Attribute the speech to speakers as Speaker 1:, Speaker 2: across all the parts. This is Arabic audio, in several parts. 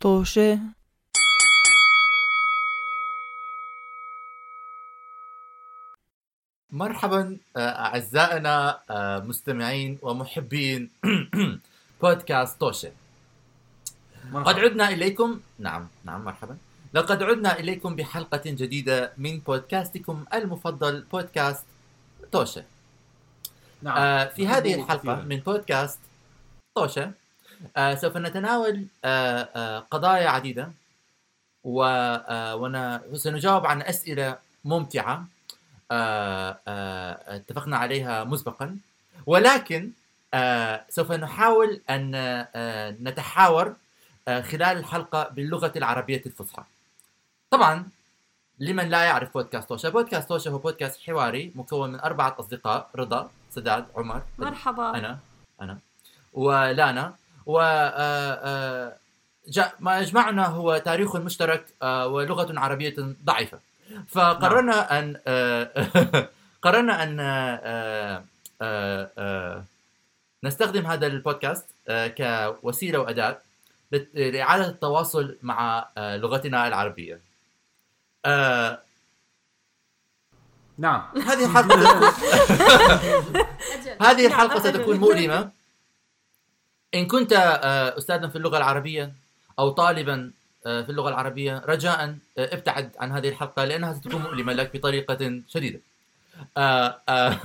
Speaker 1: طوشة
Speaker 2: مرحبا آه، اعزائنا آه، مستمعين ومحبين بودكاست طوشه قد عدنا اليكم نعم نعم مرحبا لقد عدنا اليكم بحلقه جديده من بودكاستكم المفضل بودكاست طوشه
Speaker 3: نعم
Speaker 2: آه، في هذه
Speaker 3: محبوب
Speaker 2: الحلقه
Speaker 3: كثيراً.
Speaker 2: من بودكاست طوشه آه، سوف نتناول آه، آه، قضايا عديده و- آه، ون- وسنجاوب عن اسئله ممتعه آه، آه، اتفقنا عليها مسبقا ولكن آه، سوف نحاول ان آه، نتحاور آه، خلال الحلقه باللغه العربيه الفصحى. طبعا لمن لا يعرف بودكاست توشا، بودكاست توشا هو بودكاست حواري مكون من اربعه اصدقاء رضا، سداد، عمر،
Speaker 4: مرحبا
Speaker 2: انا انا ولانا و آه، آه، جا- ما يجمعنا هو تاريخ مشترك آه، ولغه عربيه ضعيفه فقررنا ان آه، قررنا ان آه، آه، آه، نستخدم هذا البودكاست آه، كوسيله واداه لت- لاعاده التواصل مع آه، لغتنا العربيه آه،
Speaker 3: نعم
Speaker 2: هذه الحلقه هذه الحلقة ستكون مؤلمة إن كنت آه، أستاذا في اللغة العربية أو طالبا آه، في اللغة العربية رجاء آه، ابتعد عن هذه الحلقة لأنها ستكون مؤلمة لك بطريقة شديدة آه، آه،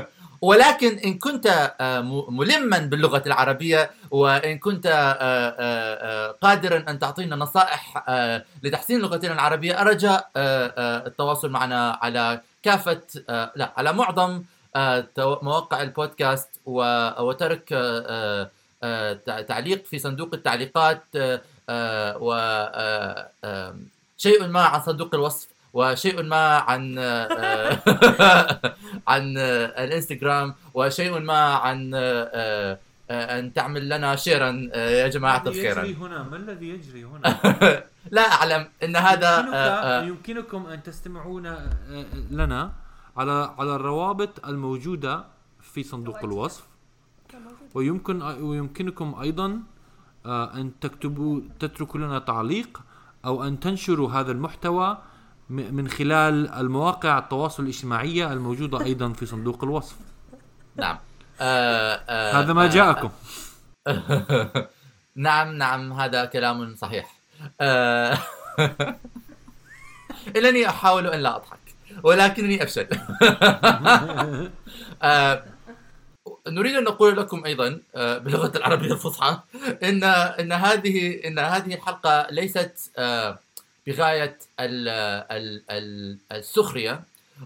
Speaker 2: ولكن إن كنت آه، م- ملما باللغة العربية وإن كنت آه، آه، آه، قادرا أن تعطينا نصائح آه، لتحسين لغتنا العربية أرجاء آه، آه، التواصل معنا على كافة آه، لا على معظم آه، تو- مواقع البودكاست و- وترك آه، آه، آه، تع- تعليق في صندوق التعليقات آه، آه، و آه، آم، شيء ما عن صندوق الوصف وشيء ما عن آه، آه، عن آه، الانستغرام وشيء ما عن آه، آه، آه، ان تعمل لنا شيرا آه، يا جماعه
Speaker 3: ما الذي يجري
Speaker 2: الخير
Speaker 3: هنا ما الذي يجري هنا
Speaker 2: لا اعلم ان هذا
Speaker 3: يمكنك-
Speaker 2: آه، آه،
Speaker 3: يمكنكم ان تستمعون آه، آه، لنا على على الروابط الموجوده في صندوق الوصف ويمكن ويمكنكم ايضا آه، ان تكتبوا تتركوا لنا تعليق او ان تنشروا هذا المحتوى م- من خلال المواقع التواصل الاجتماعيه الموجوده ايضا في صندوق الوصف
Speaker 2: نعم آه، آه،
Speaker 3: هذا ما
Speaker 2: آه،
Speaker 3: جاءكم
Speaker 2: نعم نعم هذا كلام صحيح آه، إنني أحاول أن لا أضحك ولكنني أفشل آه، نريد أن نقول لكم أيضا آه، باللغة العربية الفصحى إن إن هذه إن هذه الحلقة ليست آه، بغاية ال- ال- ال- السخرية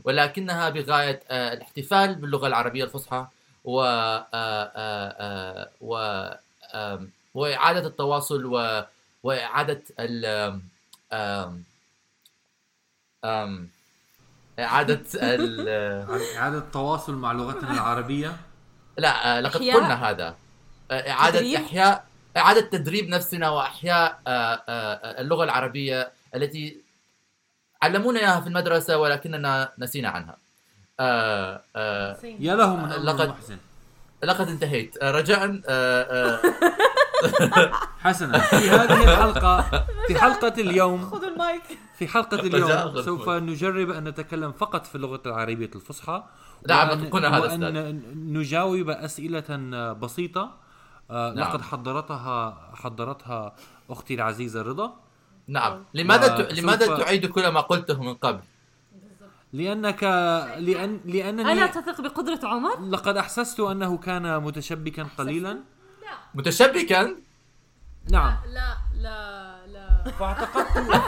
Speaker 2: ولكنها بغاية آه، الاحتفال باللغة العربية الفصحى و آه، آه، آه، و آم، وإعادة التواصل و... وإعادة ال آم... آم... إعادة ال
Speaker 3: اعاده التواصل مع لغتنا العربيه
Speaker 2: لا آه، لقد
Speaker 4: إحياء.
Speaker 2: قلنا هذا آه، إعادة
Speaker 4: تدريب.
Speaker 2: إحياء إعادة تدريب نفسنا وإحياء آه، آه، اللغة العربية التي علمونا إياها في المدرسة ولكننا نسينا عنها آه، آه،
Speaker 3: يا له من أمر
Speaker 2: لقد-
Speaker 3: محزن
Speaker 2: لقد انتهيت آه، رجاء آه، آه،
Speaker 3: حسنا في هذه الحلقة في حلقة اليوم
Speaker 4: خذ المايك
Speaker 3: في حلقة
Speaker 2: رجاء
Speaker 3: اليوم
Speaker 2: غرفة.
Speaker 3: سوف نجرب أن نتكلم فقط في اللغة العربية الفصحى
Speaker 2: نعم،
Speaker 3: وأن-
Speaker 2: اتقنا هذا
Speaker 3: وأن نجاوب أسئلة بسيطة آه،
Speaker 2: نعم.
Speaker 3: لقد حضرتها حضرتها أختي العزيزة رضا
Speaker 2: نعم لماذا
Speaker 3: آه،
Speaker 2: ت- لماذا
Speaker 3: سوف-
Speaker 2: تعيد كل ما قلته من قبل
Speaker 3: لأنك لأن
Speaker 4: الا
Speaker 3: لأنني
Speaker 4: تثق بقدرة عمر
Speaker 3: لقد أحسست أنه كان متشبكا قليلا
Speaker 2: متشبكا
Speaker 3: نعم
Speaker 5: لا لا لا
Speaker 3: فاعتقدت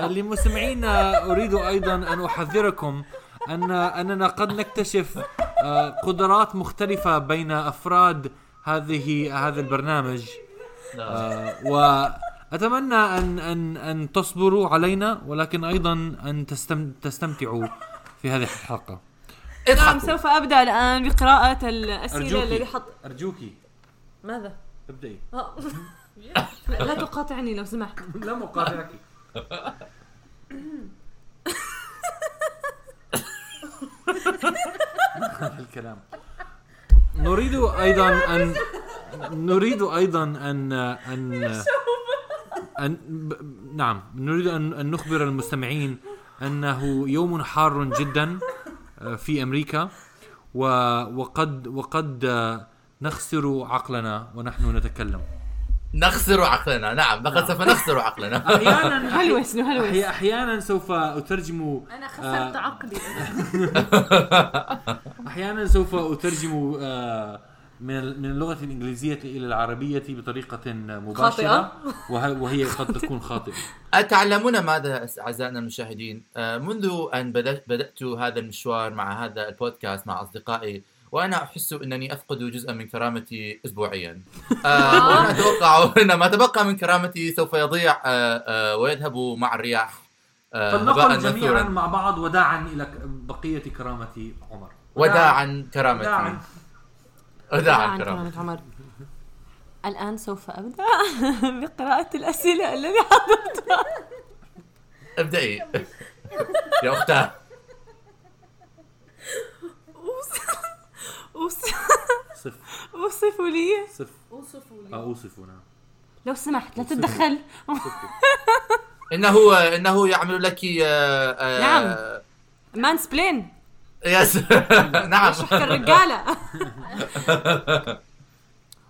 Speaker 3: لمستمعينا اريد ايضا ان احذركم ان اننا قد نكتشف آه، قدرات مختلفه بين افراد هذه هذا البرنامج آه، واتمنى ان ان ان تصبروا علينا ولكن ايضا ان تستم- تستمتعوا في هذه الحلقه
Speaker 4: نعم
Speaker 2: اضحكوا
Speaker 4: سوف ابدا الان بقراءة الاسئلة
Speaker 3: أرجوكي.
Speaker 4: الذي حط
Speaker 3: ارجوكي
Speaker 4: ماذا؟
Speaker 3: ابدأي
Speaker 4: آه. لا تقاطعني لو سمحت
Speaker 3: لم اقاطعك هذا الكلام نريد ايضا ان نريد ايضا ان ان أن ب- نعم نريد أن, أن نخبر المستمعين أنه يوم حار جدا آه، في أمريكا و وقد وقد آه، نخسر عقلنا ونحن نتكلم
Speaker 2: نخسر عقلنا نعم لقد سوف نخسر عقلنا
Speaker 3: أحيانا
Speaker 4: هلوس شنو هلوس
Speaker 3: أحي- أحيانا سوف أترجم
Speaker 5: انا خسرت
Speaker 3: آه.
Speaker 5: عقلي
Speaker 3: أحيانا سوف أترجم آه، من ال- من اللغة الإنجليزية إلى العربية بطريقة مباشرة
Speaker 4: خاطئة.
Speaker 3: وه- وهي قد تكون خاطئة
Speaker 2: أتعلمون ماذا أعزائنا المشاهدين آه، منذ أن بدأ- بدأت هذا المشوار مع هذا البودكاست مع أصدقائي وأنا أحس أنني أفقد جزءا من كرامتي أسبوعيا آه، وأنا أتوقع أن ما تبقى من كرامتي سوف يضيع آه، آه، ويذهب مع الرياح آه، هباء
Speaker 3: فلنقل جميعا
Speaker 2: منثورا
Speaker 3: مع بعض وداعا إلى ك- بقية كرامة عمر
Speaker 2: وداعا كرامتي
Speaker 3: وداعاً.
Speaker 2: وداعا
Speaker 4: عن
Speaker 2: كرامتي
Speaker 4: كرامة عمر الآن سوف أبدأ بقراءة الأسئلة الذي حضرتها
Speaker 2: ابدأي يا أختاه
Speaker 4: أوص-
Speaker 3: صف
Speaker 4: أوصفوا لي
Speaker 3: صف
Speaker 5: اوصفوا لي
Speaker 3: أوصفوا نعم
Speaker 4: لو سمحت لا تتدخل
Speaker 2: إنه إنه يعمل لك آه، آه،
Speaker 4: نعم. مان سبلين
Speaker 2: يس نعم
Speaker 4: يشحك الرجالة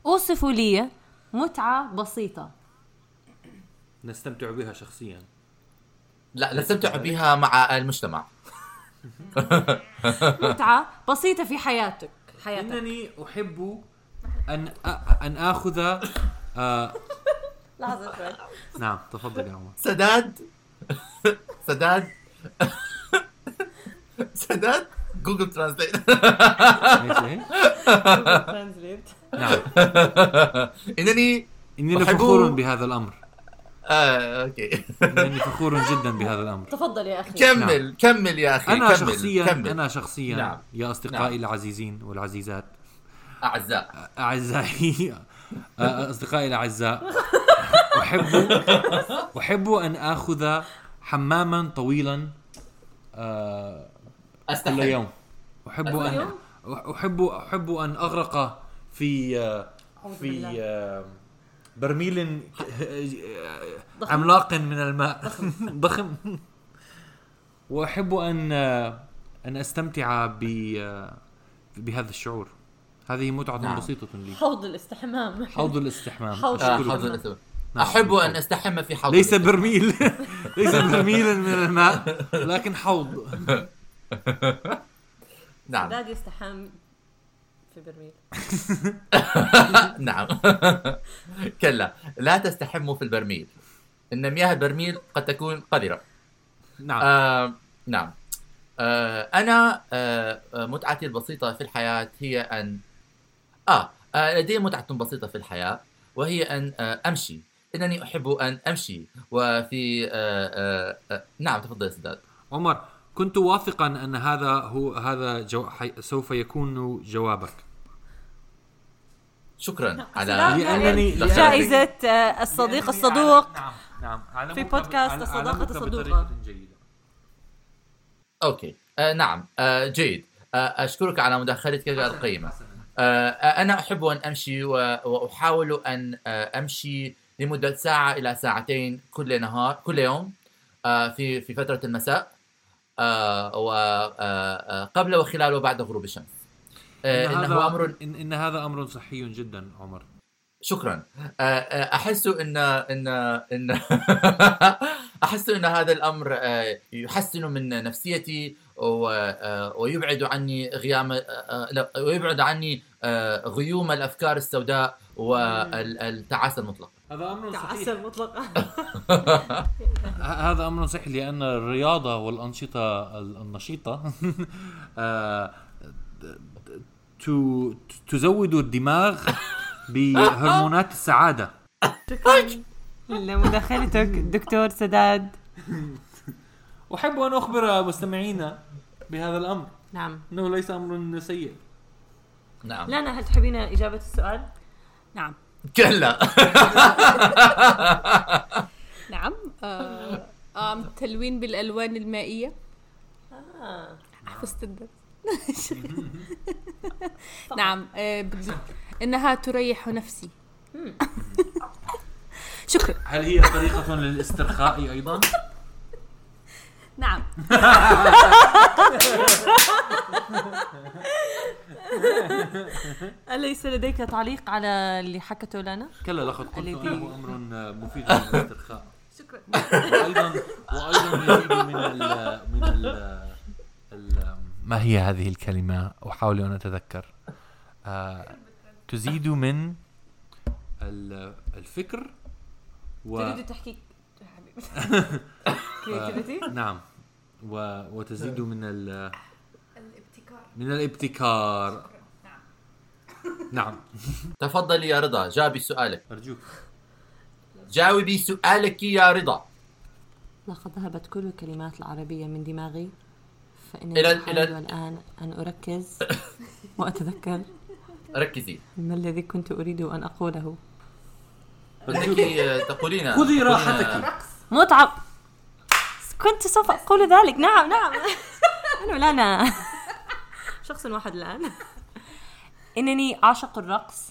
Speaker 4: أوصفوا لي متعة بسيطة
Speaker 3: نستمتع بها شخصيا
Speaker 2: لا نستمتع بها مع المجتمع
Speaker 4: متعة بسيطة في حياتك حياتك
Speaker 3: إنني أحب أن أن آخذ آه
Speaker 4: لحظة شوي
Speaker 3: نعم تفضل يا عمر
Speaker 2: سداد سداد سداد جوجل ترانسليت
Speaker 3: إيش هي؟ نعم
Speaker 2: انني
Speaker 3: إنني
Speaker 2: أحب-
Speaker 3: فخور بهذا الأمر
Speaker 2: آه، اوكي
Speaker 3: إنني فخور جدا بهذا الأمر
Speaker 4: تفضل يا أخي
Speaker 2: كمل كمل يا اخي
Speaker 3: نعم. أنا
Speaker 2: كمل
Speaker 3: شخصيا
Speaker 2: كمل
Speaker 3: أنا شخصيا
Speaker 2: نعم.
Speaker 3: يا أصدقائي
Speaker 2: نعم.
Speaker 3: العزيزين والعزيزات
Speaker 2: اعزاء
Speaker 3: أعزائي آه، أصدقائي الأعزاء أحب أحب أن آخذ حماما طويلا آه، كل
Speaker 2: استحي
Speaker 3: يوم احب ان احب احب ان اغرق في في
Speaker 4: بالله.
Speaker 3: برميل عملاق من الماء ضخم واحب ان ان استمتع ب بهذا الشعور هذه متعة
Speaker 2: نعم.
Speaker 3: بسيطة لي
Speaker 4: حوض الاستحمام
Speaker 3: حوض الاستحمام
Speaker 4: حوض.
Speaker 2: آه،
Speaker 3: أشكرك.
Speaker 2: حوض الأسود.
Speaker 3: نعم.
Speaker 2: احب ان استحم في حوض
Speaker 3: ليس
Speaker 2: الأسود.
Speaker 3: برميل ليس برميلا من الماء لكن حوض
Speaker 2: نعم
Speaker 4: داد يستحم في برميل
Speaker 2: نعم كلا لا تستحموا في البرميل ان مياه البرميل قد تكون قذره
Speaker 3: نعم
Speaker 2: آه نعم آه أنا آه آه، متعتي البسيطة في الحياة هي أن آه, آه لدي متعة بسيطة في الحياة وهي أن آه أمشي إنني أحب أن أمشي وفي آه آه آه نعم تفضل يا سداد
Speaker 3: عمر كنت واثقا ان هذا هو هذا جو حي... سوف يكون جوابك
Speaker 2: شكرا
Speaker 4: لا،
Speaker 2: على
Speaker 4: لا.
Speaker 3: لانني
Speaker 2: لا.
Speaker 3: لأنني-
Speaker 4: جائزة آه، الصديق الصدوق
Speaker 3: نعم نعم أعلمك
Speaker 4: في بودكاست
Speaker 3: ب- أعل-
Speaker 4: الصداقة
Speaker 3: أعلمك
Speaker 4: الصدوقة.
Speaker 3: بطريقة جيدة.
Speaker 2: أوكي آه نعم آه جيد آه أشكرك على مداخلتك القيمة
Speaker 3: حسناً.
Speaker 2: آه، أنا أحب أن أمشي و- وأحاول أن آه، أمشي لمدة ساعة إلى ساعتين كل نهار كل يوم آه، في في فترة المساء آه، وقبل آه، وخلال وبعد غروب الشمس آه،
Speaker 3: إن
Speaker 2: إنه
Speaker 3: هذا-
Speaker 2: أمر
Speaker 3: إن, ان هذا امر صحي جدا عمر
Speaker 2: شكرا آه، آه، أحس أن أن أن أحس أن هذا الأمر آه، يحسن من نفسيتي و- آه، ويبعد عني غيام آه، لا، ويبعد عني آه، غيوم الأفكار السوداء والتعاسة المطلقة
Speaker 3: هذا امر صحي
Speaker 4: تعسل مطلقا
Speaker 3: ه- هذا امر صحي لان الرياضه والانشطه ال- النشيطه آه، ت- ت- تزود الدماغ بهرمونات السعاده
Speaker 4: لمداخلتك دكتور سداد
Speaker 3: احب ان اخبر مستمعينا بهذا الامر
Speaker 4: نعم
Speaker 3: انه ليس امر سيء
Speaker 2: نعم
Speaker 4: لنا هل تحبين إجابة السؤال؟
Speaker 5: نعم
Speaker 2: كلا
Speaker 5: نعم آه، آم، تلوين بالالوان المائيه
Speaker 4: آه.
Speaker 5: حفظت الدرس نعم آه، بدي- إنها تريح نفسي شكرا
Speaker 3: هل هي طريقة للاسترخاء أيضا؟
Speaker 5: نعم
Speaker 4: أليس لديك تعليق على اللي حكته لنا؟
Speaker 3: كلا لقد قلت
Speaker 4: الذي-
Speaker 3: انه امر مفيد للاسترخاء شكرا وايضا وايضا يزيد من ال من ال ال- ما هي هذه الكلمه احاول ان اتذكر آه، تزيد من ال- الفكر و
Speaker 4: تحكي
Speaker 3: نعم و وتزيد من ال الابتكار من الابتكار نعم
Speaker 2: تفضلي يا رضا جاوبي سؤالك
Speaker 3: ارجوك
Speaker 2: جاوبي سؤالك يا رضا
Speaker 4: لقد ذهبت كل الكلمات العربية من دماغي فإنني
Speaker 2: إلى-
Speaker 4: أحاول
Speaker 2: إلى-
Speaker 4: الآن أن أركز وأتذكر
Speaker 2: ركزي
Speaker 4: ما الذي كنت أريد أن أقوله
Speaker 2: بدك آه، تقولين
Speaker 3: خذي
Speaker 2: تقولين-
Speaker 3: راحتك
Speaker 4: متعب كنت سوف أقول ذلك نعم نعم أنا لا أنا شخص واحد الآن إنني أعشق الرقص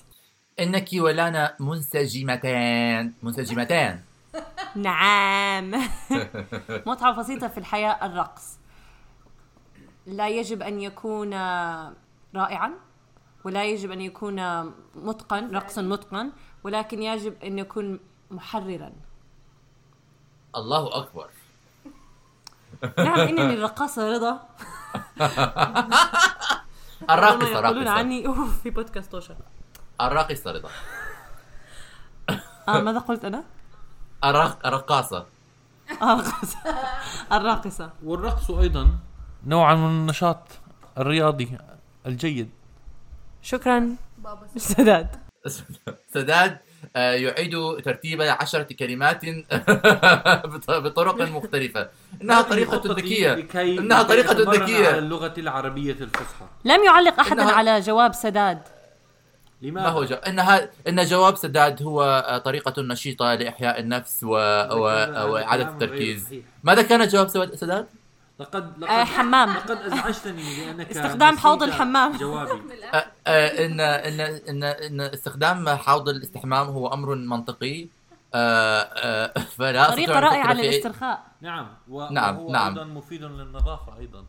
Speaker 2: انك ولانا منسجمتان منسجمتان
Speaker 4: نعم متعة بسيطة في الحياة الرقص لا يجب أن يكون رائعا ولا يجب أن يكون متقن رقص متقن ولكن يجب أن يكون محررا
Speaker 2: الله اكبر
Speaker 4: نعم إنني الرقاصة رضا كما
Speaker 2: الراقصه
Speaker 4: يقولون
Speaker 2: راقصه
Speaker 4: عني أوف في بودكاست توشا
Speaker 2: الراقصه رضا
Speaker 4: آه ماذا قلت أنا؟
Speaker 2: الراق- الرقاصه
Speaker 4: آه، الرقصة الراقصة
Speaker 3: والرقص ايضا نوعا من النشاط الرياضي الجيد
Speaker 4: شكرا سداد
Speaker 2: سداد آه، يعيد ترتيب عشرة كلمات بط- بطرق مختلفة إنها طريقة ذكية
Speaker 3: لكي
Speaker 2: إنها
Speaker 3: لكي
Speaker 2: طريقة
Speaker 3: أتمرن على
Speaker 2: ذكية
Speaker 3: اللغة العربية الفصحى
Speaker 4: لم يعلق أحد
Speaker 2: إنها-
Speaker 4: على جواب سداد
Speaker 3: لماذا؟
Speaker 2: ما هو جو... إنها إن جواب سداد هو آه، طريقة نشيطة لإحياء النفس و... و...
Speaker 3: هذا
Speaker 2: وإعادة
Speaker 3: كلام غير
Speaker 2: التركيز
Speaker 3: صحيح.
Speaker 2: ماذا كان جواب سوا- سداد؟
Speaker 3: لقد لقد
Speaker 4: آه، حمام
Speaker 3: لقد ازعجتني لانك
Speaker 4: استخدام
Speaker 3: نسيت
Speaker 4: حوض الحمام.
Speaker 3: جوابي
Speaker 2: آه، آه، إن إن إن إن استخدام حوض الاستحمام هو أمر منطقي آه، آه، فلا أستطيع
Speaker 4: طريقة
Speaker 2: أن
Speaker 4: رائعة
Speaker 2: أفكر في أي-
Speaker 4: للاسترخاء
Speaker 3: نعم
Speaker 2: نعم،
Speaker 3: وهو
Speaker 2: نعم.
Speaker 3: ايضا مفيد للنظافة ايضا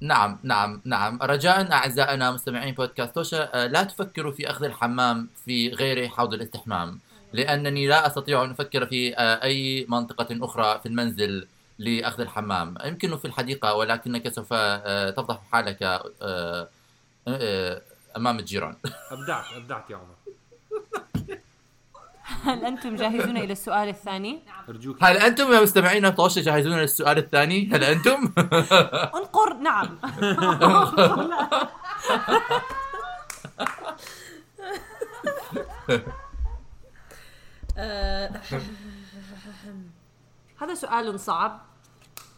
Speaker 2: نعم نعم نعم رجاء أعزائنا مستمعين بودكاست توشا آه، لا تفكروا في أخذ الحمام في غير حوض الاستحمام لأنني لا أستطيع أن أفكر في آه، أي منطقة أخرى في المنزل لأخذ الحمام يمكن في الحديقة ولكنك سوف آه، تفضح حالك آه، آه، أمام الجيران
Speaker 3: ابدعت ابدعت يا عمر
Speaker 4: هل أنتم جاهزون إلى السؤال الثاني؟
Speaker 3: ارجوك
Speaker 2: هل أنتم يا مستمعين توشا جاهزون للسؤال الثاني؟ هل أنتم؟
Speaker 4: انقر نعم هذا سؤال صعب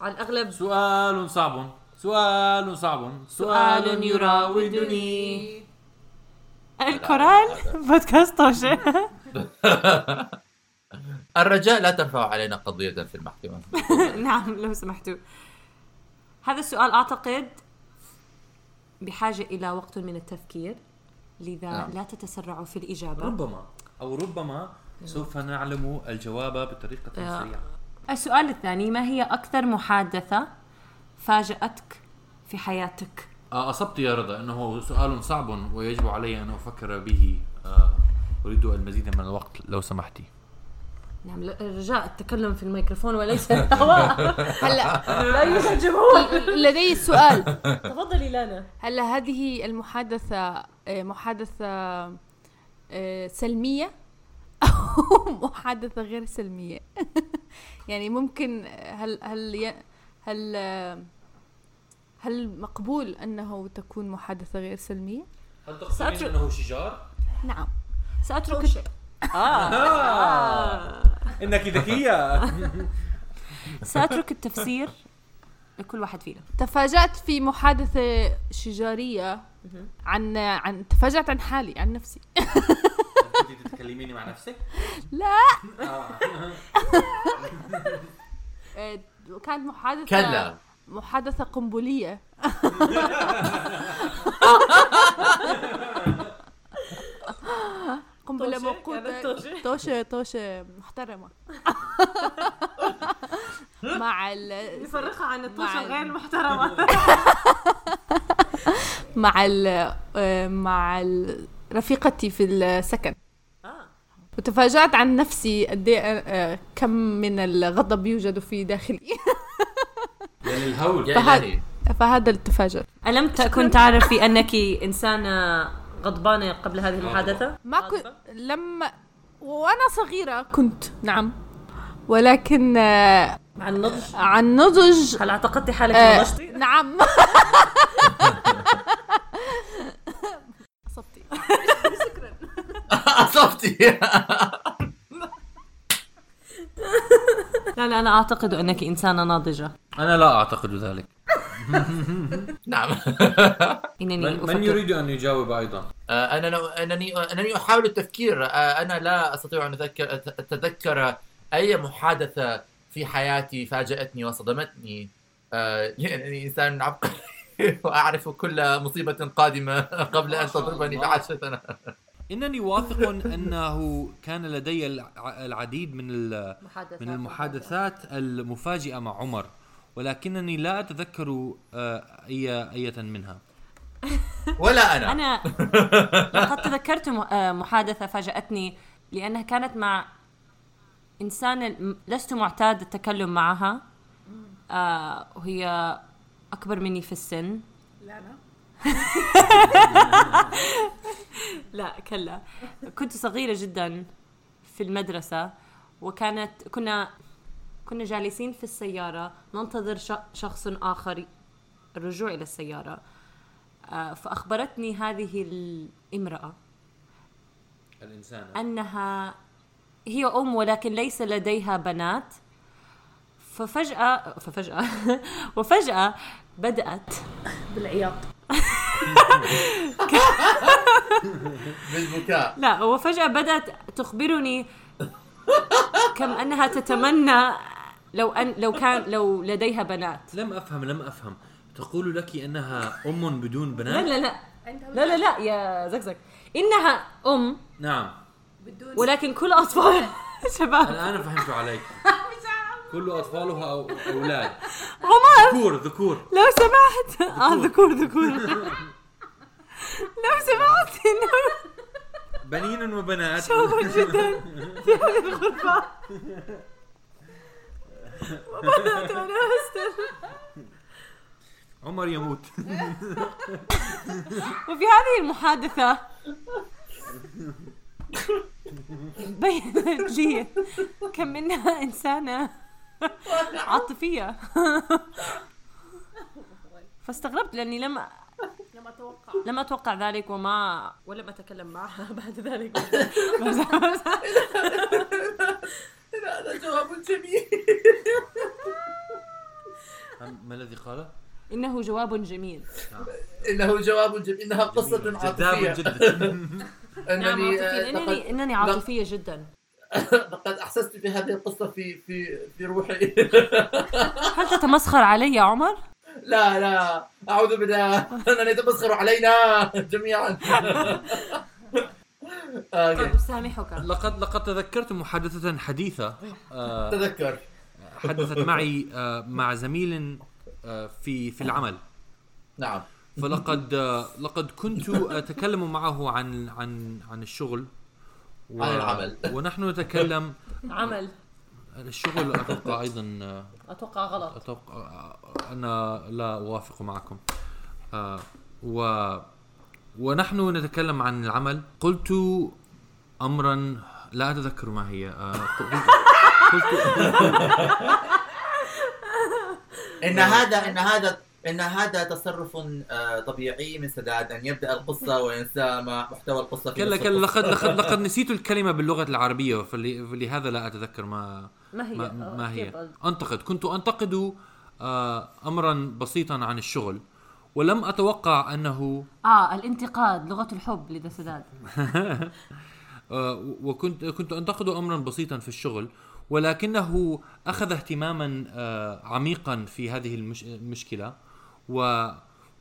Speaker 4: على الأغلب
Speaker 3: سؤال صعب سؤال صعب
Speaker 4: سؤال يراودني الكورال بودكاست توشة
Speaker 2: الرجاء لا ترفعوا علينا قضية في المحكمة
Speaker 4: نعم لو سمحتوا هذا السؤال أعتقد بحاجة إلى وقت من التفكير لذا
Speaker 2: نعم.
Speaker 4: لا تتسرعوا في الإجابة
Speaker 3: ربما او ربما سوف نعلم الجواب بطريقة سريعة
Speaker 4: السؤال الثاني ما هي أكثر محادثة فاجأتك في حياتك؟
Speaker 3: آه، أصبت يا رضا أنه سؤال صعب ويجب علي أن أفكر به آه، أريد المزيد من الوقت لو سمحتي
Speaker 4: نعم ل- رجاء التكلم في الميكروفون وليس الهواء
Speaker 5: هلا
Speaker 4: لا يوجد جمهور
Speaker 5: لدي سؤال
Speaker 4: تفضلي لانا
Speaker 5: هلا هذه المحادثة آه، محادثة آه، سلمية أو محادثة غير سلمية يعني ممكن آه، هل هل ي- هل آه، هل مقبول أنه تكون محادثة غير سلمية؟
Speaker 3: هل
Speaker 4: تقصدين سأترك-
Speaker 3: أنه شجار؟
Speaker 5: نعم
Speaker 4: سأترك آه.
Speaker 3: إنك ذكية
Speaker 4: سأترك التفسير لكل واحد فينا
Speaker 5: تفاجأت في محادثة شجارية عن عن تفاجأت عن حالي عن نفسي
Speaker 3: كنت تتكلميني مع نفسك؟
Speaker 5: آه، كانت محادثة
Speaker 2: كلا
Speaker 5: محادثة قنبلية قنبلة
Speaker 4: توشة؟
Speaker 5: موقوتة
Speaker 4: كانت توشة؟
Speaker 5: توشة توشة محترمة مع ال
Speaker 4: نفرقها عن الطوشة
Speaker 5: مع-
Speaker 4: الغير المحترمة
Speaker 5: مع ال آه، مع ال- رفيقتي في السكن
Speaker 4: آه.
Speaker 5: وتفاجأت عن نفسي قد إيه، آه، آه، كم من الغضب يوجد في داخلي
Speaker 3: يعني الهول
Speaker 2: يا
Speaker 5: فهد-
Speaker 2: إلهي
Speaker 5: فهذا اللي تفاجأت
Speaker 4: ألم تكن تعرفي أنك إنسانة غضبانة قبل هذه المحادثة؟
Speaker 5: ما كنت لما وانا صغيره كنت نعم ولكن آه،
Speaker 4: عن النضج؟
Speaker 5: عن نضج
Speaker 4: هل اعتقدتي حالك
Speaker 5: آه،
Speaker 4: نضجتي؟
Speaker 5: نعم أصبتي.
Speaker 2: اصبتي
Speaker 4: لا لا أنا أعتقد أنك إنسانة ناضجة
Speaker 3: انا لا اعتقد ذلك
Speaker 2: نعم
Speaker 4: إنني
Speaker 3: من, من
Speaker 4: أفكر
Speaker 3: يريد ان يجاوب ايضا
Speaker 2: آه، أنا لو- أنني أنني أحاول التفكير آه، أنا لا أستطيع أن أتذكر أت- أتذكر أي محادثة في حياتي فاجأتني وصدمتني آه، لأنني إنسان عبقري وأعرف كل مصيبة قادمة قبل أن تضربني
Speaker 3: الله.
Speaker 2: بعشرة سنة
Speaker 3: انني واثق انه كان لدي الع- العديد من ال- من المحادثات المفاجئه مع عمر ولكنني لا اتذكر آه، اي اية منها
Speaker 2: ولا أنا
Speaker 4: أنا لقد تذكرت م- آه، محادثة فاجأتني لأنها كانت مع إنسانة م- لست معتاد التكلم معها آه، وهي أكبر مني في السن لا كلا كنت صغيرة جدا في المدرسة وكانت كنا كنا جالسين في السيارة ننتظر ش- شخص آخر الرجوع إلى السيارة آه، فأخبرتني هذه الامرأة
Speaker 3: الانسان
Speaker 4: أنها هي أم ولكن ليس لديها بنات ففجأة ففجأة وفجأة بدأت
Speaker 2: بالبكاء
Speaker 4: لا وفجأة بدأت تخبرني كم أنها تتمنى لو أن لو كان لو لديها بنات
Speaker 3: لم افهم لم افهم تقول لك انها ام بدون
Speaker 4: لا
Speaker 3: بنات
Speaker 4: لا لا لا لا لا يا زكزك إنها أم
Speaker 3: نعم
Speaker 4: ولكن كل أطفال شباب
Speaker 3: الان فهمت عليك كل اطفالها أو- اولاد
Speaker 4: عمر
Speaker 3: ذكور ذكور
Speaker 4: لو سمحت اه ذكور ذكور لو سمحت انه
Speaker 3: بنين وبنات
Speaker 4: شوق جدا في هذه الغرفة وبدأت أنا أستر
Speaker 3: عمر يموت
Speaker 4: وفي هذه المحادثة بينت لي كم إنها إنسانة عاطفية فاستغربت لأني لم
Speaker 5: لم أتوقع
Speaker 4: لم أتوقع ذلك وما ولم أتكلم معها بعد ذلك
Speaker 2: هذا جواب جميل
Speaker 3: ما الذي قاله؟
Speaker 4: إنه جواب جميل
Speaker 2: إنه جواب جميل إنها قصة
Speaker 3: جذاب
Speaker 2: عاطفية
Speaker 3: جدا
Speaker 4: نعم
Speaker 2: أنني
Speaker 4: عاطفية
Speaker 2: آه،
Speaker 4: إنني
Speaker 2: لقد-
Speaker 4: إنني
Speaker 2: لا.
Speaker 4: عاطفية جدا
Speaker 2: لقد أحسست بهذه القصة في في في روحي
Speaker 4: هل تتمسخر علي يا عمر؟
Speaker 2: لا لا اعوذ بالله انني يتمسخر علينا جميعا
Speaker 4: قد طيب،
Speaker 2: اوكي
Speaker 4: أسامحك
Speaker 3: لقد لقد تذكرت محادثة حديثة آه،
Speaker 2: تذكر
Speaker 3: حدثت معي آه، مع زميل آه، في في العمل
Speaker 2: نعم
Speaker 3: فلقد آه، لقد كنت اتكلم معه عن عن عن الشغل و-
Speaker 2: عن العمل.
Speaker 3: ونحن نتكلم
Speaker 4: عمل
Speaker 3: الشغل اتوقع ايضا آه،
Speaker 4: أتوقع غلط
Speaker 3: اتوقع انا لا اوافق معكم آه، و ونحن نتكلم عن العمل قلت امرا لا اتذكر ما هي آه، قلت قلت-
Speaker 2: ان هذا ان هذا ان هذا تصرف آه، طبيعي من سداد ان يبدا القصه وينسى ما محتوى القصه في
Speaker 3: كلا
Speaker 2: نصف
Speaker 3: كلا
Speaker 2: القصة.
Speaker 3: لقد لقد لقد نسيت الكلمه باللغه العربيه فل- فلهذا لا اتذكر ما
Speaker 4: ما هي؟
Speaker 3: ما,
Speaker 4: آه،
Speaker 3: ما
Speaker 4: كيف؟
Speaker 3: هي انتقد كنت انتقد آه، امرا بسيطا عن الشغل ولم اتوقع انه
Speaker 4: آه الانتقاد لغة الحب لدى سداد
Speaker 3: آه، وكنت كنت انتقد امرا بسيطا في الشغل ولكنه اخذ اهتماما آه، عميقا في هذه المش... المشكله و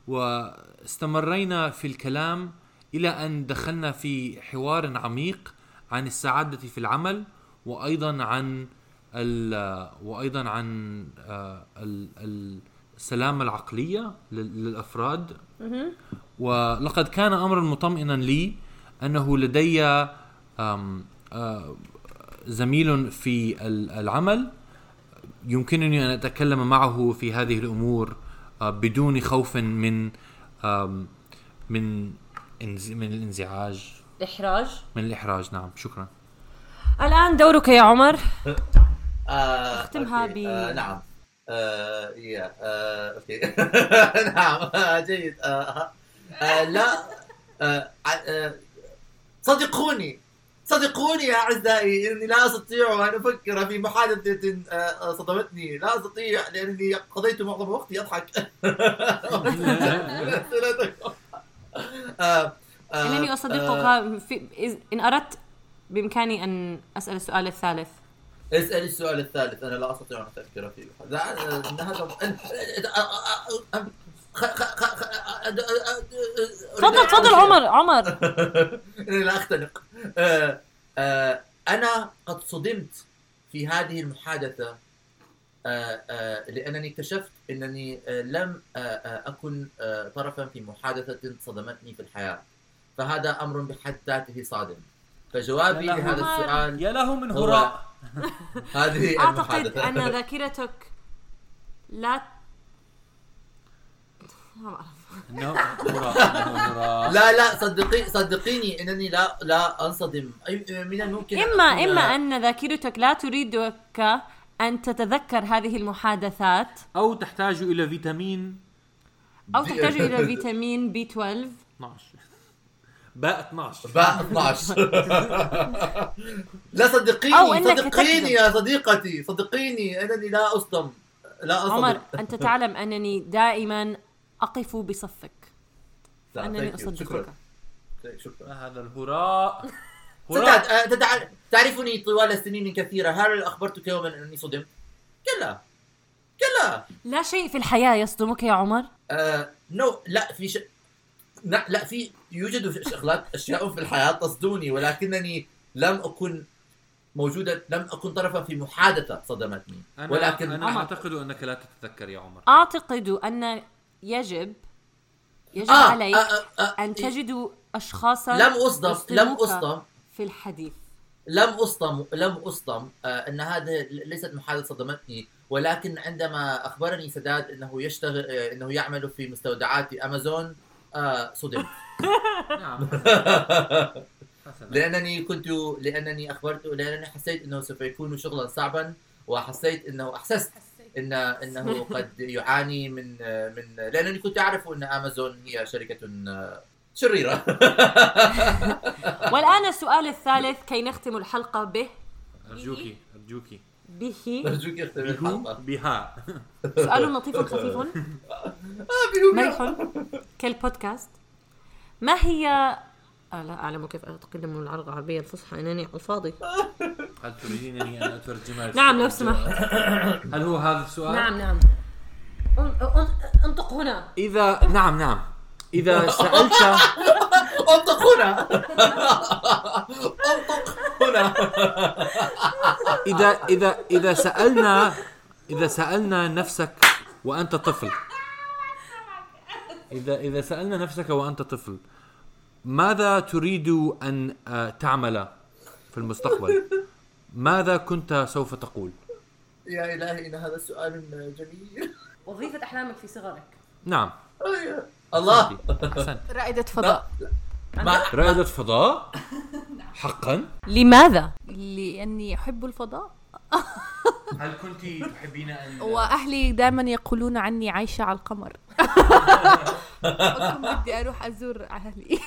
Speaker 3: واستمرينا في الكلام الى ان دخلنا في حوار عميق عن السعاده في العمل وايضا عن ال... وايضا عن آه، ال... ال- السلامه العقليه لل- للافراد ولقد كان امرا مطمئنا لي انه لدي أم، آه، زميل في ال- العمل يمكنني ان اتكلم معه في هذه الامور آه، بدون خوف من أم، من انز- من الانزعاج
Speaker 4: احراج
Speaker 3: من الاحراج نعم شكرا
Speaker 4: الان دورك يا عمر
Speaker 2: آه،
Speaker 4: اختمها
Speaker 2: أوكي.
Speaker 4: ب-
Speaker 2: آه، نعم آه، يا آه، اوكي نعم آه، جيد آه، آه، لا آه، آه، صدقوني صدقوني يا اعزائي اني لا استطيع ان افكر في محادثه آه، آه، صدمتني لا استطيع لاني قضيت يعني معظم وقتي اضحك آه، آه،
Speaker 4: انني اصدقك آه، في إذ- ان اردت بامكاني ان اسال السؤال الثالث
Speaker 2: طيب، اسال السؤال الثالث انا لا استطيع ان افكر فيه هذا إن هذا أن- خ- خ- خ- خ-
Speaker 4: تفضل تفضل عمر عمر
Speaker 2: أنا لا اختنق آه، آه، انا قد صدمت في هذه المحادثه آه، آه، لانني اكتشفت انني آه، لم آه، آه، اكن آه، طرفا في محادثه صدمتني في الحياه فهذا امر بحد ذاته صادم فجوابي
Speaker 3: يا لهوي.
Speaker 2: لهذا السؤال
Speaker 3: يا له من
Speaker 2: هو-
Speaker 3: هراء
Speaker 2: هذه
Speaker 4: اعتقد
Speaker 2: المحادثة.
Speaker 4: ان ذاكرتك لا ما بعرف
Speaker 3: انه هراء إنه هراء
Speaker 2: لا لا صدقي صدقيني انني لا لا انصدم أي- من الممكن
Speaker 4: اما
Speaker 2: أكون-
Speaker 4: اما ان ذاكرتك لا تريدك ان تتذكر هذه المحادثات
Speaker 3: او تحتاج الى فيتامين
Speaker 4: او تحتاج الى فيتامين بي 12
Speaker 3: 12 باء 12
Speaker 2: باء 12 لا صدقيني
Speaker 4: أو إنك
Speaker 2: صدقيني
Speaker 4: تكذب.
Speaker 2: يا صديقتي صدقيني انني لا اصدم لا اصدم
Speaker 4: عمر انت تعلم انني دائما اقف بصفك
Speaker 2: لا،
Speaker 4: انني
Speaker 2: thank you.
Speaker 4: اصدقك
Speaker 2: شكرا شكرا
Speaker 3: هذا الهراء
Speaker 2: ستعد- آه، تتع- تعرفني طوال السنين الكثيرة هل أخبرتك يوما أنني صدمت؟ كلا كلا
Speaker 4: لا شيء في الحياه يصدمك يا عمر
Speaker 2: آه، نو لا في ش... لا, لا في يوجد ش- شغلات اشياء في الحياه تصدمني ولكنني لم اكن موجودا لم اكن طرفا في محادثه صدمتني
Speaker 3: أنا
Speaker 2: ولكن آه،
Speaker 3: أنا
Speaker 4: عمر.
Speaker 3: أعتقد أنك لا تتذكر يا عمر
Speaker 4: اعتقد ان يجب يجب
Speaker 2: آه،
Speaker 4: عليك
Speaker 2: آه، آه،
Speaker 4: ان تجدوا اشخاصا
Speaker 2: لم اصدم لم
Speaker 4: يصدموك
Speaker 2: اصدم
Speaker 4: في الحديث
Speaker 2: لم اصدم لم اصدم آه، ان هذا ليست محادثه صدمتني ولكن عندما اخبرني سداد انه يشتغل آه، انه يعمل في مستودعات امازون آه، صدمت
Speaker 3: نعم
Speaker 2: لانني كنت لانني اخبرته لانني حسيت انه سوف يكون شغلا صعبا وحسيت انه احسست ان انه قد يعاني من من لانني كنت اعرف ان امازون هي شركه شريره
Speaker 4: والان السؤال الثالث كي نختم الحلقه به إيه.
Speaker 3: أرجوكي أرجوكي
Speaker 4: به
Speaker 2: ارجوك اختبر
Speaker 3: بيهو
Speaker 2: الحلقه
Speaker 3: بها
Speaker 4: سؤال لطيف خفيف آه، مرح كالبودكاست ما هي آه لا أعلم كيف أتكلم العربية العربية الفصحى إنني على الفاضي
Speaker 3: هل تريدينني أن أترجمها
Speaker 4: نعم، لو سمحت.
Speaker 3: هل هو هذا السؤال؟
Speaker 4: نعم انطق هنا
Speaker 3: إذا نعم نعم إذا سألت
Speaker 2: انطق هنا انطق هنا
Speaker 3: إذا إذا إذا سألنا إذا سألنا نفسك وأنت طفل إذا إذا سألنا نفسك وأنت طفل ماذا تريد أن آه، تعمل في المستقبل؟ ماذا كنت سوف تقول؟
Speaker 2: يا الهي ان هذا سؤال جميل
Speaker 4: وظيفة أحلامك في صغرك
Speaker 3: نعم
Speaker 2: الله
Speaker 3: أحسنت
Speaker 5: رائدة فضاء
Speaker 2: ما
Speaker 3: رائدة فضاء حقا
Speaker 4: لماذا؟
Speaker 5: لأني أحب الفضاء
Speaker 3: هل كنت تحبين أن
Speaker 5: وأهلي دائما يقولون عني عايشة على القمر أكون بدي أروح أزور أهلي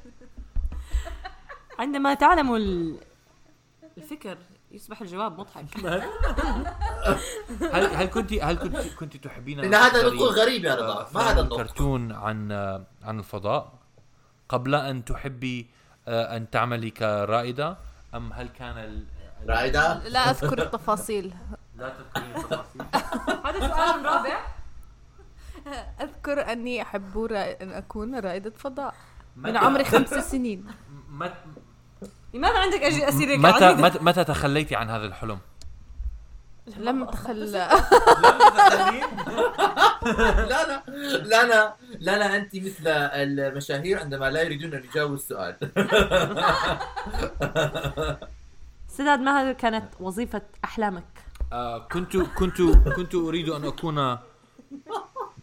Speaker 4: عندما تعلم ال- الفكر يصبح الجواب مضحك
Speaker 3: هل هل كنت هل كنت كنت تحبين
Speaker 2: ان هذا
Speaker 3: تحضري،
Speaker 2: نطق غريب يا
Speaker 3: آه،
Speaker 2: رضا ما هذا
Speaker 3: فيلم
Speaker 2: النطق
Speaker 3: كرتون عن آه، عن الفضاء قبل أن تحبي آه، أن تعملي كرائدة أم هل كان ال-
Speaker 2: رايدة
Speaker 5: لا اذكر التفاصيل
Speaker 3: لا تذكرين التفاصيل
Speaker 4: هذا سؤال رابع
Speaker 5: اذكر اني احب را- ان اكون رائده فضاء من عمري خمس سنين
Speaker 3: متى
Speaker 4: لماذا عندك أج- اسئله
Speaker 3: متى
Speaker 4: كعديدة؟
Speaker 3: متى- متى تخليتي عن هذا الحلم؟
Speaker 5: لم تخلى
Speaker 2: لا لا لا لا لا لا انت مثل المشاهير عندما لا يريدون ان يجاوبوا السؤال
Speaker 4: سداد ما هذا كانت وظيفه احلامك
Speaker 3: آه، كنت كنت كنت اريد ان اكون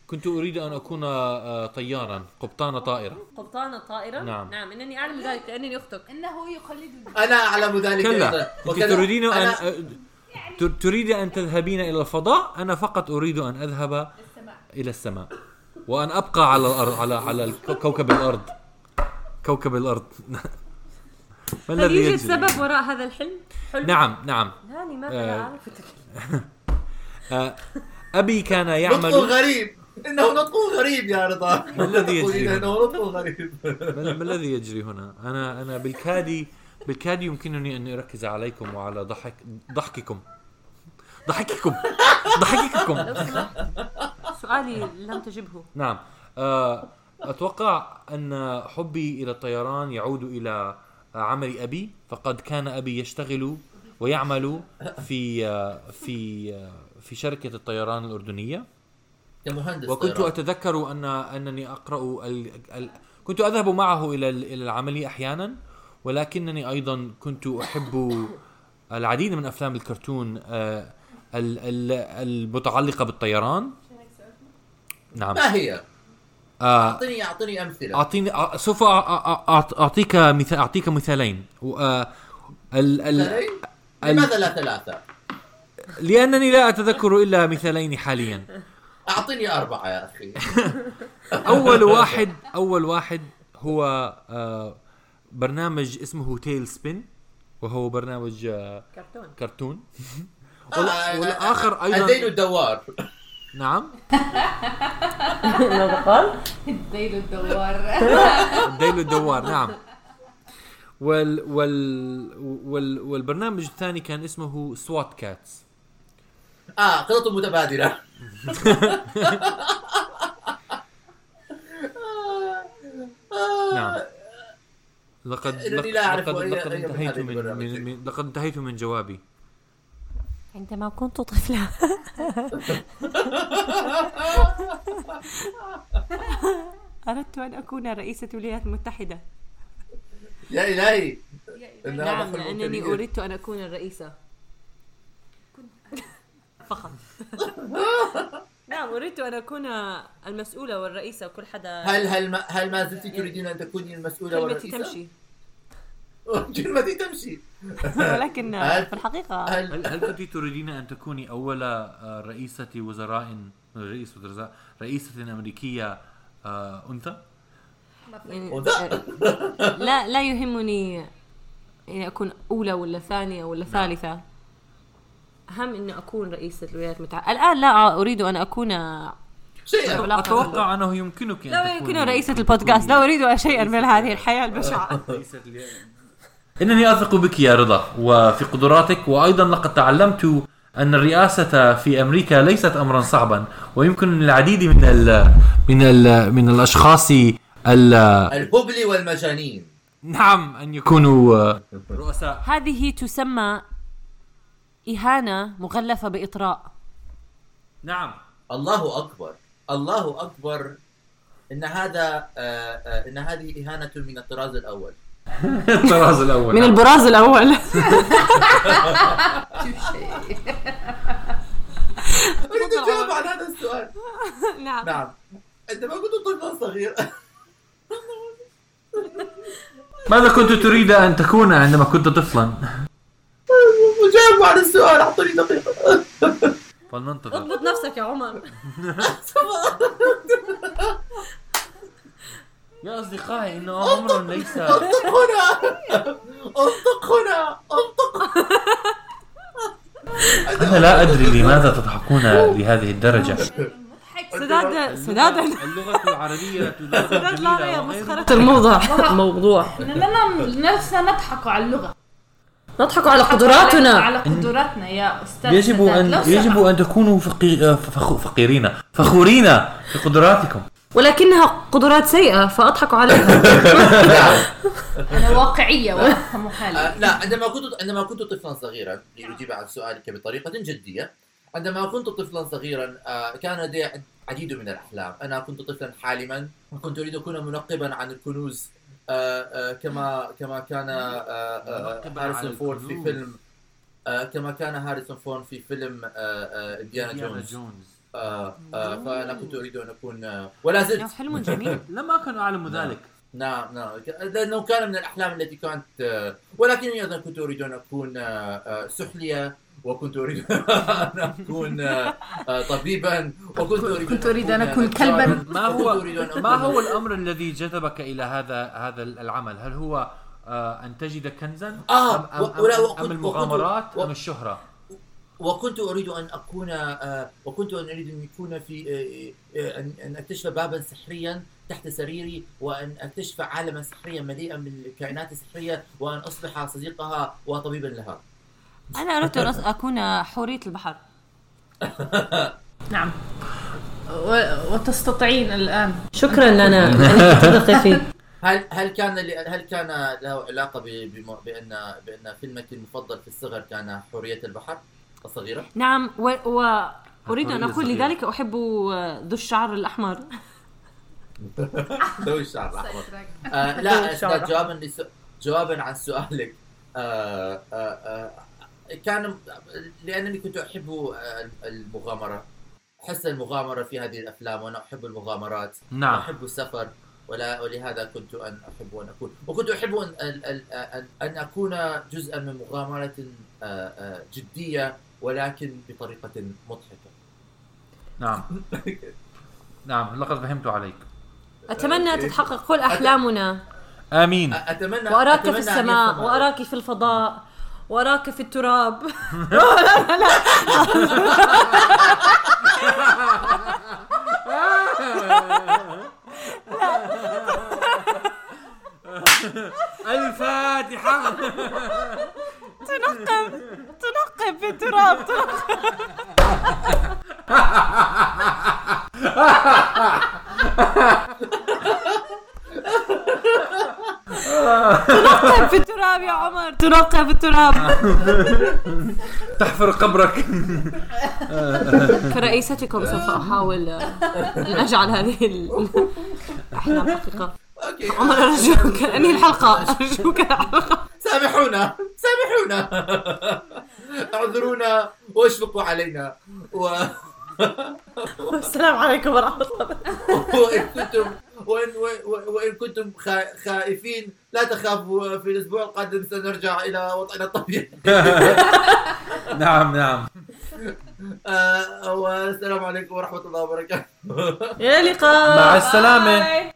Speaker 3: كنت اريد ان اكون آه، طيارا قبطان طائره
Speaker 4: قبطانه طائره
Speaker 3: نعم.
Speaker 4: نعم انني اعلم ذلك لانني اختك
Speaker 5: انه يقلد
Speaker 2: انا اعلم ذلك
Speaker 3: كلا انت
Speaker 2: وكلا-
Speaker 3: تريدين ان
Speaker 2: أنا-
Speaker 3: آه، ت- تريد ان تذهبين الى الفضاء انا فقط اريد ان اذهب الى السماء وان ابقى على الارض على على الكو- كوكب الارض كوكب الارض ما
Speaker 4: هل
Speaker 3: الذي
Speaker 4: يوجد
Speaker 3: يجري؟
Speaker 4: سبب وراء هذا الحلم؟ حلم
Speaker 3: نعم نعم
Speaker 4: هاني ما
Speaker 3: آه.
Speaker 4: أنا عارفتك
Speaker 3: آه، ابي كان
Speaker 2: نطق
Speaker 3: يعمل
Speaker 2: غريب انه نطق غريب يا رضا
Speaker 3: ما الذي
Speaker 2: تقولين
Speaker 3: يجري هنا؟
Speaker 2: انه نطق غريب
Speaker 3: ما ما الذي يجري هنا؟ انا انا بالكاد بالكاد يمكنني ان اركز عليكم وعلى ضحك ضحككم ضحككم ضحككم
Speaker 4: سؤالي لم تجبه
Speaker 3: نعم آه، اتوقع ان حبي الى الطيران يعود الى عمل ابي فقد كان ابي يشتغل ويعمل في آه، في آه، في شركه الطيران الاردنيه
Speaker 2: يا مهندس
Speaker 3: وكنت
Speaker 2: ترى.
Speaker 3: اتذكر ان انني اقرا ال... ال... كنت اذهب معه الى ال- الى العمل احيانا ولكنني ايضا كنت احب العديد من افلام الكرتون آه، ال- ال- المتعلقه بالطيران نعم
Speaker 2: ما هي؟
Speaker 3: آه،
Speaker 2: اعطيني اعطيني امثله
Speaker 3: اعطيني أع- سوف أع- أع- أع- اعطيك مثال اعطيك مثالين و- آه، ال... ال...
Speaker 2: مثلين؟ لماذا لا ثلاثه؟
Speaker 3: لانني لا اتذكر الا مثالين حاليا
Speaker 2: اعطيني اربعه يا اخي
Speaker 3: اول واحد اول واحد هو آه، برنامج اسمه تيل سبين وهو برنامج آه،
Speaker 4: كرتون
Speaker 3: كرتون
Speaker 2: آه،
Speaker 3: وال- والاخر
Speaker 2: الدين
Speaker 3: ايضا
Speaker 2: الدوار
Speaker 3: نعم
Speaker 5: ذيل الدوار
Speaker 3: الديل الدوار نعم وال وال وال والبرنامج الثاني كان اسمه سوات كاتس
Speaker 2: اه خطط متبادله
Speaker 3: نعم لقد لقد
Speaker 2: إنني لا أعرف
Speaker 3: لقد-
Speaker 2: أي-
Speaker 3: لقد
Speaker 2: أي من
Speaker 3: انتهيت
Speaker 2: هذه
Speaker 3: من-
Speaker 2: البرامج.
Speaker 3: من من- لقد انتهيت من جوابي
Speaker 4: عندما كنت طفلا أردت أن أكون رئيسة الولايات المتحدة
Speaker 2: يا الهي إنها
Speaker 4: نعم
Speaker 2: دخل
Speaker 4: لأنني
Speaker 2: ممتلئة.
Speaker 4: أردت أن أكون الرئيسة فقط نعم أردت أن أكون المسؤولة والرئيسة وكل حدا
Speaker 2: هل هل ما هل ما زلت تريدين ان تكوني المسؤوله
Speaker 4: كلمتي
Speaker 2: والرئيسه؟
Speaker 4: تمشي
Speaker 2: كلمتي تمشي
Speaker 4: ولكن
Speaker 2: هل-
Speaker 4: في الحقيقة
Speaker 2: هل
Speaker 3: هل هل كنت تريدين ان تكوني اول آه، رئيسه وزراء رئيس وزراء رئيسه امريكيه آه، انثى؟
Speaker 4: يعني-
Speaker 2: وذا-
Speaker 4: لا لا يهمني اني اكون اولى ولا ثانيه ولا ثالثه اهم انه اكون رئيسه الولايات المتحده الان لا اريد ان اكون
Speaker 2: شيئا
Speaker 4: لا
Speaker 3: اتوقع انه يمكنك ان
Speaker 4: لا
Speaker 3: تكوني-
Speaker 4: يمكن رئيسه البودكاست لا اريد شيئا من هذه الحياه البشعه
Speaker 3: رئيسة ال- انني اثق بك يا رضا وفي قدراتك وايضا لقد تعلمت ان الرئاسه في امريكا ليست امرا صعبا ويمكن للعديد من ال من ال من الاشخاص ال-
Speaker 2: الهبل والمجانين
Speaker 3: نعم ان يكونوا آه، رؤساء
Speaker 4: هذه تسمى اهانه مغلفه باطراء
Speaker 3: نعم
Speaker 2: الله اكبر الله اكبر ان هذا آه، آه، ان هذه اهانه من الطراز الاول
Speaker 3: الطراز الاول
Speaker 4: من البراز الاول
Speaker 2: اريد اجاوب عن هذا السؤال
Speaker 4: نعم
Speaker 2: نعم عندما كنت طفلا صغيرا
Speaker 3: ماذا كنت تريد ان تكون عندما كنت طفلا؟
Speaker 2: اجاوب عن السؤال اعطوني دقيقه
Speaker 3: فلننتظر
Speaker 4: اضبط نفسك يا عمر
Speaker 3: يا اصدقائي انه امر ليس
Speaker 2: انطق هنا انطق هنا انطق
Speaker 3: انا لا ادري لماذا تضحكون لهذه الدرجه
Speaker 4: سداد سداد
Speaker 3: اللغه العربيه
Speaker 4: سداد لا يا مسخره الموضوع الموضوع
Speaker 1: لأننا نفسنا نضحك على اللغة
Speaker 4: نضحكوا على قدراتنا
Speaker 5: على قدراتنا يا استاذ
Speaker 3: يجب
Speaker 5: سداد،
Speaker 3: ان
Speaker 5: لو
Speaker 3: يجب
Speaker 5: سمحت.
Speaker 3: ان تكونوا فقي... فخ... فقيرين فخورين بقدراتكم
Speaker 4: ولكنها قدرات سيئه فاضحكوا عليها
Speaker 2: نعم
Speaker 5: انا واقعيه وافهم حالي
Speaker 2: آه، لا عندما كنت عندما كنت طفلا صغيرا لأجيب عن سؤالك بطريقة جدية عندما كنت طفلا صغيرا آه، كان لدي عد- العديد من الأحلام أنا كنت طفلا حالما وكنت أريد أكون منقبا عن الكنوز آه، آه، كما كما كان آه، آه،
Speaker 3: منقباً
Speaker 2: هاريسون
Speaker 3: عن
Speaker 2: فورد في
Speaker 3: الكنوز.
Speaker 2: فيلم آه، كما كان هاريسون فورد في فيلم آه، آه، إنديانا جونز آه، آه، فأنا كنت أريد أن أكون آه، ولا زلت
Speaker 4: حلم جميل
Speaker 3: لما كانوا اعلم ذلك
Speaker 2: نعم نعم ك- لانه كان من الاحلام التي كانت آه، ولكنني ايضا كنت اريد ان اكون آه، آه، سحليه وكنت اريد ان اكون آه، آه، طبيبا وكنت اريد
Speaker 5: كنت أريد أن أكون
Speaker 2: نجارا،
Speaker 5: كلباً.
Speaker 3: ما هو
Speaker 2: وكنت أريد أن أكون-
Speaker 3: ما هو الامر الذي جذبك الى هذا هذا العمل؟ هل هو آه ان تجد كنزا؟
Speaker 2: آه،
Speaker 3: أم, أم,
Speaker 2: و- ولا-
Speaker 3: أم,
Speaker 2: وكنت-
Speaker 3: أم
Speaker 2: وكنت-
Speaker 3: المغامرات
Speaker 2: و-
Speaker 3: ام الشهره؟
Speaker 2: وكنت اريد ان اكون آه، وكنت أن اريد ان يكون في آه، آه، ان أن اكتشف بابا سحريا تحت سريري وان اكتشف عالما سحريا مليئا بالكائنات السحريه وان اصبح صديقها وطبيبا لها
Speaker 4: انا اردت ان أص- اكون حوريه البحر
Speaker 5: نعم و- وتستطيعين الان
Speaker 4: شكرا لنا انك تدقي فيه
Speaker 2: هل هل كان هل كان له علاقه ب- بم- بان بان فيلمك المفضل في الصغر كان حوريه البحر الصغيره؟
Speaker 4: نعم و, و... اريد ان
Speaker 3: حورية
Speaker 4: اقول
Speaker 3: صغيرة.
Speaker 4: لذلك احب ذو الشعر الاحمر
Speaker 2: ذوي الشعر الاحمر آه لا أستاذ، جوابا لس- جوابا عن سؤالك آه آه آه كان لانني كنت احب آه، المغامره احس المغامره في هذه الافلام وانا احب المغامرات
Speaker 4: آه.
Speaker 3: نعم
Speaker 2: احب السفر ولا ولهذا كنت ان احب ان اكون وكنت احب ان ان ان, أن اكون جزءا من مغامره آه، آه، جديه ولكن بطريقه مضحكه
Speaker 3: نعم نعم لقد فهمت عليك
Speaker 4: اتمنى تتحقق كل احلامنا
Speaker 3: امين
Speaker 2: أ- اتمنى
Speaker 4: واراك
Speaker 2: أتمنى
Speaker 4: في
Speaker 2: أن
Speaker 4: السماء
Speaker 2: يفهم-
Speaker 4: واراك في الفضاء وراك في التراب
Speaker 3: الفاتحه
Speaker 4: تنقب تنقب في التراب تنقب. تنقب في التراب يا عمر تنقب في التراب
Speaker 3: تحفر قبرك
Speaker 4: كرئيستكم سوف احاول ان اجعل هذه ال- الاحلام حقيقه
Speaker 2: أوكي.
Speaker 4: عمر ارجوك انهي الحلقه ارجوك الحلقه
Speaker 2: سامحونا سامحونا اعذرونا واشفقوا علينا و...
Speaker 4: السلام عليكم ورحمه الله
Speaker 2: وان كنتم وان و- و- وان كنتم خا- خائفين لا تخافوا في الاسبوع القادم سنرجع الى وضعنا الطبيعي
Speaker 3: نعم نعم
Speaker 2: آه والسلام عليكم ورحمه الله وبركاته
Speaker 4: الى اللقاء
Speaker 3: مع السلامه